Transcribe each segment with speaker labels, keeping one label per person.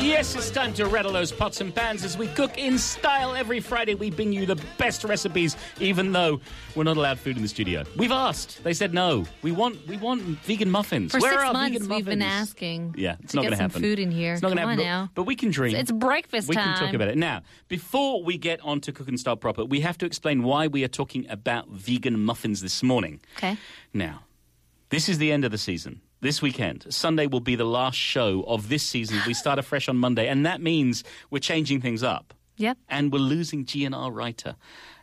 Speaker 1: Yes, it's time to rattle those pots and pans as we cook in style. Every Friday, we bring you the best recipes, even though we're not allowed food in the studio. We've asked; they said no. We want, we want vegan muffins.
Speaker 2: For
Speaker 1: Where
Speaker 2: six
Speaker 1: are our
Speaker 2: months,
Speaker 1: vegan
Speaker 2: we've
Speaker 1: muffins?
Speaker 2: been asking.
Speaker 1: Yeah, it's
Speaker 2: to
Speaker 1: not going
Speaker 2: get
Speaker 1: to
Speaker 2: some
Speaker 1: happen.
Speaker 2: Food in here.
Speaker 1: It's not going to
Speaker 2: Come
Speaker 1: happen.
Speaker 2: on now.
Speaker 1: But, but we can dream.
Speaker 2: It's breakfast
Speaker 1: We can talk
Speaker 2: time.
Speaker 1: about it now. Before we get on to cooking style proper, we have to explain why we are talking about vegan muffins this morning.
Speaker 2: Okay.
Speaker 1: Now, this is the end of the season. This weekend, Sunday will be the last show of this season. We start afresh on Monday, and that means we're changing things up.
Speaker 2: Yep.
Speaker 1: And we're losing GNR writer.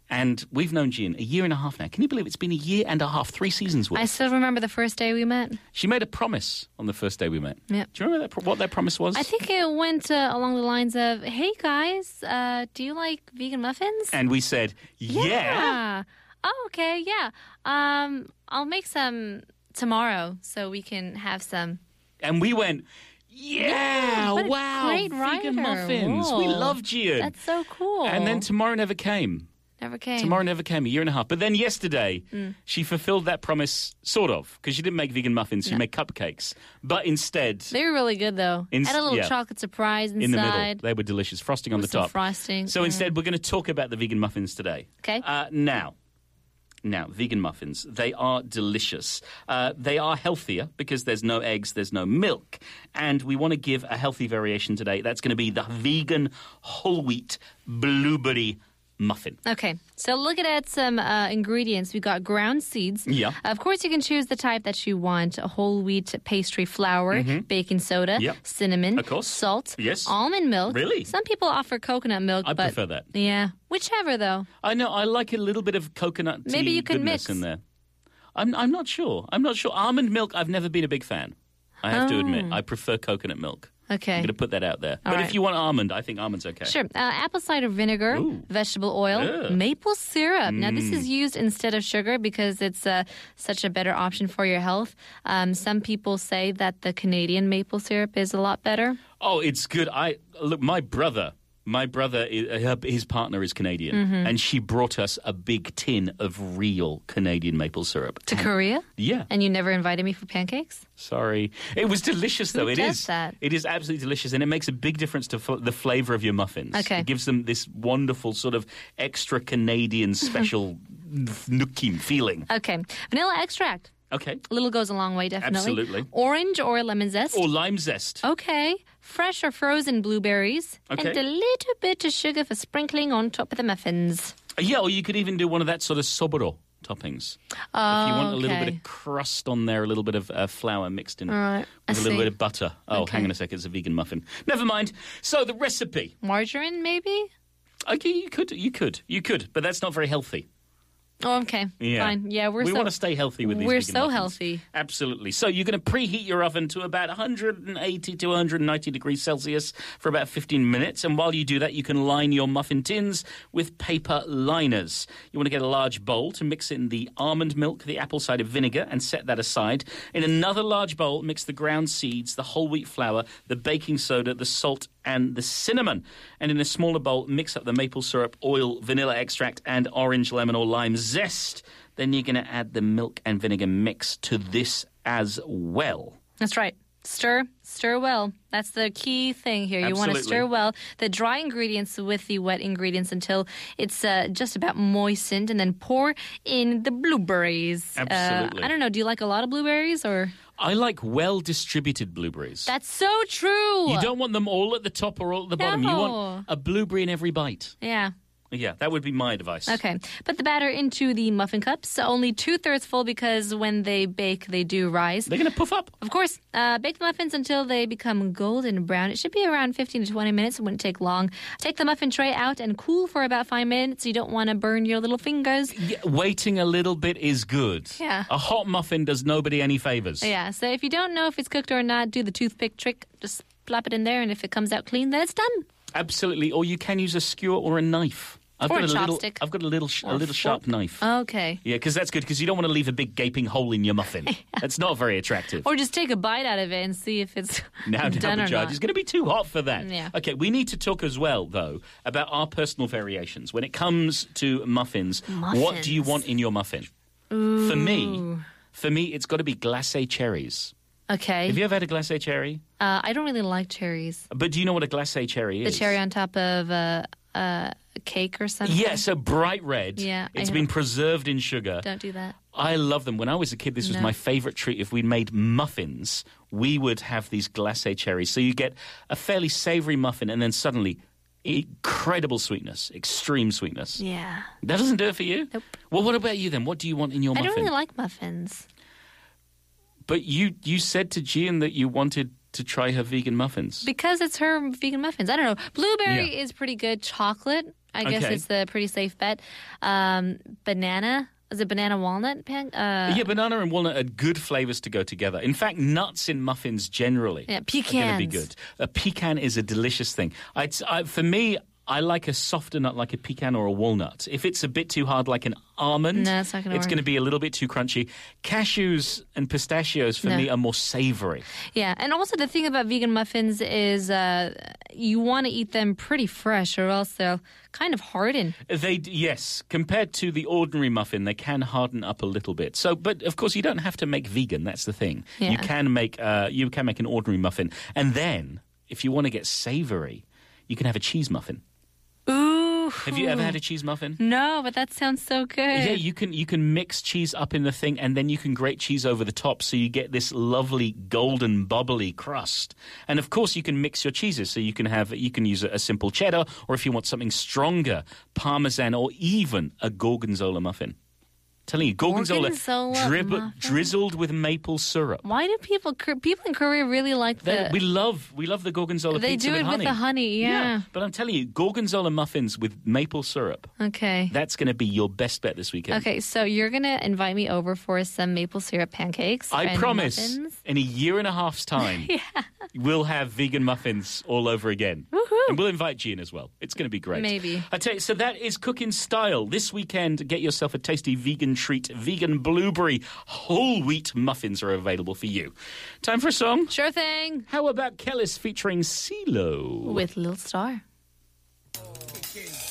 Speaker 1: And we've known Gian a year and a half now. Can you believe it's been a year and a half, three seasons worth?
Speaker 2: I still remember the first day we met.
Speaker 1: she made a promise on the first day we met.
Speaker 2: Yep.
Speaker 1: Do you remember that pro- what that promise was?
Speaker 2: I think it went uh, along the lines of, "Hey guys, uh, do you like vegan muffins?"
Speaker 1: and we said, yeah.
Speaker 2: Yeah. Oh, okay. Yeah. Um, I'll make some tomorrow so we can have some.
Speaker 1: And we went, yeah,
Speaker 2: what a
Speaker 1: wow,
Speaker 2: great
Speaker 1: vegan
Speaker 2: writer.
Speaker 1: muffins. We
Speaker 2: Whoa.
Speaker 1: love Gian.
Speaker 2: That's so cool.
Speaker 1: And then tomorrow never came.
Speaker 2: never came.
Speaker 1: Tomorrow never came, a year and a half. But then yesterday,
Speaker 2: Mm.
Speaker 1: she fulfilled that promise, sort of, because she didn't make vegan muffins, she made cupcakes. But instead,
Speaker 2: They were really good though.
Speaker 1: In-
Speaker 2: Had a little
Speaker 1: yeah.
Speaker 2: chocolate surprise inside.
Speaker 1: in the middle, they were delicious, frosting on the
Speaker 2: With some
Speaker 1: top.
Speaker 2: frosting,
Speaker 1: So instead, we're going to talk about the vegan muffins today.
Speaker 2: Okay.
Speaker 1: Uh, now, now, vegan muffins, they are delicious. Uh, they are healthier because there's no eggs, there's no milk. And we want to give a healthy variation today. That's going to be the vegan whole wheat blueberry muffin.
Speaker 2: Okay, so looking at some uh, ingredients, we got ground seeds.
Speaker 1: Yeah.
Speaker 2: Of course, you can choose the type that you want: a whole wheat pastry flour, baking soda,
Speaker 1: Yep.
Speaker 2: cinnamon,
Speaker 1: Mm-hmm. Of course.
Speaker 2: salt,
Speaker 1: Yes.
Speaker 2: almond milk.
Speaker 1: Really?
Speaker 2: Some people offer coconut milk.
Speaker 1: I
Speaker 2: but
Speaker 1: prefer that.
Speaker 2: Yeah, whichever though.
Speaker 1: I know. I like a little bit of coconut. Tea
Speaker 2: Maybe you can
Speaker 1: goodness
Speaker 2: mix.
Speaker 1: in there. I'm. I'm not sure. I'm not sure. Almond milk. I've never been a big fan. I have to admit. I prefer coconut milk. I'm
Speaker 2: Oh. Okay.
Speaker 1: going to put that out there. but
Speaker 2: All
Speaker 1: if
Speaker 2: right.
Speaker 1: you want almond, I think almond's okay.
Speaker 2: Sure. Uh, apple cider vinegar,
Speaker 1: Ooh. Mm.
Speaker 2: vegetable oil,
Speaker 1: Ugh.
Speaker 2: maple syrup. Now, this is used instead of sugar because it's uh, such a better option for your health. Um, some people say that the Canadian maple syrup is a lot better.
Speaker 1: Oh, it's good. I look. My brother. My brother, i- her- his partner is Canadian,
Speaker 2: Mm-hmm.
Speaker 1: and she brought us a big tin of real Canadian maple syrup.
Speaker 2: To Korea?
Speaker 1: Yeah.
Speaker 2: And you never invited me for pancakes?
Speaker 1: Sorry. It was delicious, though. It
Speaker 2: does
Speaker 1: is.
Speaker 2: that?
Speaker 1: It is absolutely delicious, and it makes a big difference to f- the flavor of your muffins.
Speaker 2: Okay.
Speaker 1: It gives them this wonderful sort of extra Canadian special f- nookim feeling.
Speaker 2: Okay. Vanilla extract.
Speaker 1: Okay.
Speaker 2: A little goes a long way, definitely.
Speaker 1: Absolutely.
Speaker 2: Orange or lemon zest.
Speaker 1: Or lime zest.
Speaker 2: Okay. Fresh or frozen blueberries.
Speaker 1: Okay.
Speaker 2: And a little bit of sugar for sprinkling on top of the muffins.
Speaker 1: Yeah, or you could even do one of that sort of soboro toppings. Oh, if you want a little bit
Speaker 2: okay.
Speaker 1: of crust on there, a little bit of uh, flour mixed in it.
Speaker 2: right, I
Speaker 1: With a little
Speaker 2: see.
Speaker 1: bit of butter. Oh, hang on a second. It's a vegan muffin. Never mind. So the recipe.
Speaker 2: Margarine, maybe?
Speaker 1: Okay, you could, you could, you could, but that's not very healthy.
Speaker 2: Oh, okay.
Speaker 1: Yeah.
Speaker 2: Fine. Yeah, we're
Speaker 1: we
Speaker 2: so.
Speaker 1: want to stay healthy with these.
Speaker 2: we're
Speaker 1: vegan
Speaker 2: so
Speaker 1: muffins.
Speaker 2: healthy.
Speaker 1: Absolutely. So you're going to preheat your oven to about 180 to 190 degrees Celsius for about 15 minutes, and while you do that, you can line your muffin tins with paper liners. You want to get a large bowl to mix in the almond milk, the apple cider vinegar, and set that aside. In another large bowl, mix the ground seeds, the whole wheat flour, the baking soda, the salt, and the cinnamon. And in a smaller bowl, mix up the maple syrup, oil, vanilla extract, and orange, lemon, or lime zest. Then you're going to add the milk and vinegar mix to this as well.
Speaker 2: That's right. Stir, stir well. That's the key thing here. You want to
Speaker 1: Absolutely.
Speaker 2: stir well the dry ingredients with the wet ingredients until it's uh, just about moistened, and then pour in the blueberries. Uh,
Speaker 1: Absolutely.
Speaker 2: I don't know. Do you like a lot of blueberries, or
Speaker 1: I like well distributed blueberries.
Speaker 2: that's so true.
Speaker 1: you don't want them all at the top or all at the bottom. You want
Speaker 2: No.
Speaker 1: a blueberry in every bite.
Speaker 2: Yeah.
Speaker 1: Yeah, that would be my advice.
Speaker 2: Okay. Put the batter into the muffin cups, only two thirds full because when they bake, they do rise.
Speaker 1: They're going to puff up.
Speaker 2: Of course, uh, bake the muffins until they become golden brown. It should be around 15 to 20 minutes. It wouldn't take long. Take the muffin tray out and cool for about five minutes. You don't want to burn your little fingers.
Speaker 1: Yeah, waiting a little bit is good.
Speaker 2: Yeah.
Speaker 1: A hot muffin does nobody any favors.
Speaker 2: Yeah, so if you don't know if it's cooked or not, do the toothpick trick. Just plop it in there, and if it comes out clean, then it's done.
Speaker 1: Absolutely. Or you can use a skewer or a knife. I've
Speaker 2: Or
Speaker 1: got
Speaker 2: a
Speaker 1: a little,
Speaker 2: chopstick.
Speaker 1: I've got a little, sh-
Speaker 2: Or
Speaker 1: a
Speaker 2: a
Speaker 1: little sharp
Speaker 2: fork.
Speaker 1: knife.
Speaker 2: Okay.
Speaker 1: yeah, because that's good because you don't want to leave a big gaping hole in your muffin. That's not very attractive.
Speaker 2: Or just take a bite out of it and see if it's
Speaker 1: now, now
Speaker 2: done
Speaker 1: the
Speaker 2: or
Speaker 1: judge
Speaker 2: not.
Speaker 1: is going to be too hot for that.
Speaker 2: Yeah.
Speaker 1: Okay, we need to talk as well, though, about our personal variations. When it comes to muffins, what do you
Speaker 2: Muffins.
Speaker 1: want in your muffin? For me, for me, it's got to be glacé cherries.
Speaker 2: Okay.
Speaker 1: Have you ever had a glacé cherry?
Speaker 2: uh, I don't really like cherries.
Speaker 1: But do you know what a glacé cherry
Speaker 2: The
Speaker 1: is?
Speaker 2: cherry on top of uh, uh, a cake or something.
Speaker 1: Yeah, so bright red.
Speaker 2: Yeah, I
Speaker 1: It's
Speaker 2: know.
Speaker 1: been preserved in sugar.
Speaker 2: Don't do that.
Speaker 1: I love them. When I was a kid, this was
Speaker 2: No.
Speaker 1: my favorite treat. If we made muffins, we would have these glacé cherries. So you get a fairly savory muffin, and then suddenly incredible sweetness, extreme sweetness.
Speaker 2: Yeah.
Speaker 1: That doesn't do it for you.
Speaker 2: Nope.
Speaker 1: Well, what about you then? What do you want in your
Speaker 2: I
Speaker 1: muffin?
Speaker 2: don't really like muffins.
Speaker 1: but you you said to Gian that you wanted to try her vegan muffins.
Speaker 2: Because it's her vegan muffins. I don't know. Blueberry is pretty good. Chocolate, I guess,
Speaker 1: Okay.
Speaker 2: is the pretty safe bet. Um, banana. Is it banana walnut? Pan- uh,
Speaker 1: yeah, banana and walnut are good flavors to go together. In fact, nuts in muffins generally
Speaker 2: Yeah,
Speaker 1: are going to be
Speaker 2: pecans.
Speaker 1: good. A pecan is a delicious thing. I'd, I, for me, I like a softer nut like a pecan or a walnut. If it's a bit too hard, like an almond,
Speaker 2: No, it's not gonna
Speaker 1: it's
Speaker 2: work.
Speaker 1: going to be a little bit too crunchy. Cashews and pistachios for
Speaker 2: No.
Speaker 1: me are more savory.
Speaker 2: Yeah, and also the thing about vegan muffins is uh, you want to eat them pretty fresh, or else they'll kind of harden.
Speaker 1: They d- yes, compared to the ordinary muffin, they can harden up a little bit. So, but of course, you don't have to make vegan. That's the thing. You
Speaker 2: Yeah.
Speaker 1: can make uh, you can make an ordinary muffin, and then if you want to get savoury, you can have a cheese muffin.
Speaker 2: Ooh.
Speaker 1: Have you ever had a cheese muffin?
Speaker 2: No, but that sounds so good.
Speaker 1: Yeah, you can you can mix cheese up in the thing, and then you can grate cheese over the top, so you get this lovely golden bubbly crust. And of course, you can mix your cheeses, so you can have you can use a, a simple cheddar, or if you want something stronger, parmesan, or even a gorgonzola muffin. Telling you, gorgonzola,
Speaker 2: Gorgonzola muffin?
Speaker 1: drizzled with maple syrup.
Speaker 2: Why do people Kor- people in Korea really like
Speaker 1: They-
Speaker 2: the?
Speaker 1: we love we love the gorgonzola.
Speaker 2: They
Speaker 1: pizza
Speaker 2: do it with
Speaker 1: honey.
Speaker 2: the honey, yeah.
Speaker 1: But I'm telling you, gorgonzola muffins with maple syrup.
Speaker 2: okay.
Speaker 1: That's going to be your best bet this weekend.
Speaker 2: Okay, so you're gonna invite me over for some maple syrup pancakes.
Speaker 1: I
Speaker 2: and
Speaker 1: promise
Speaker 2: muffins?
Speaker 1: in a year and a half's time, we'll have vegan muffins all over again. And we'll invite Jean as well. It's going to be great.
Speaker 2: Maybe.
Speaker 1: I tell you, so that is Cooking Style. This weekend, get yourself a tasty vegan treat. Vegan blueberry whole wheat muffins are available for you. Time for a song.
Speaker 2: Sure thing.
Speaker 1: How about Kellis featuring CeeLo?
Speaker 2: With Lil Star.
Speaker 3: Okay.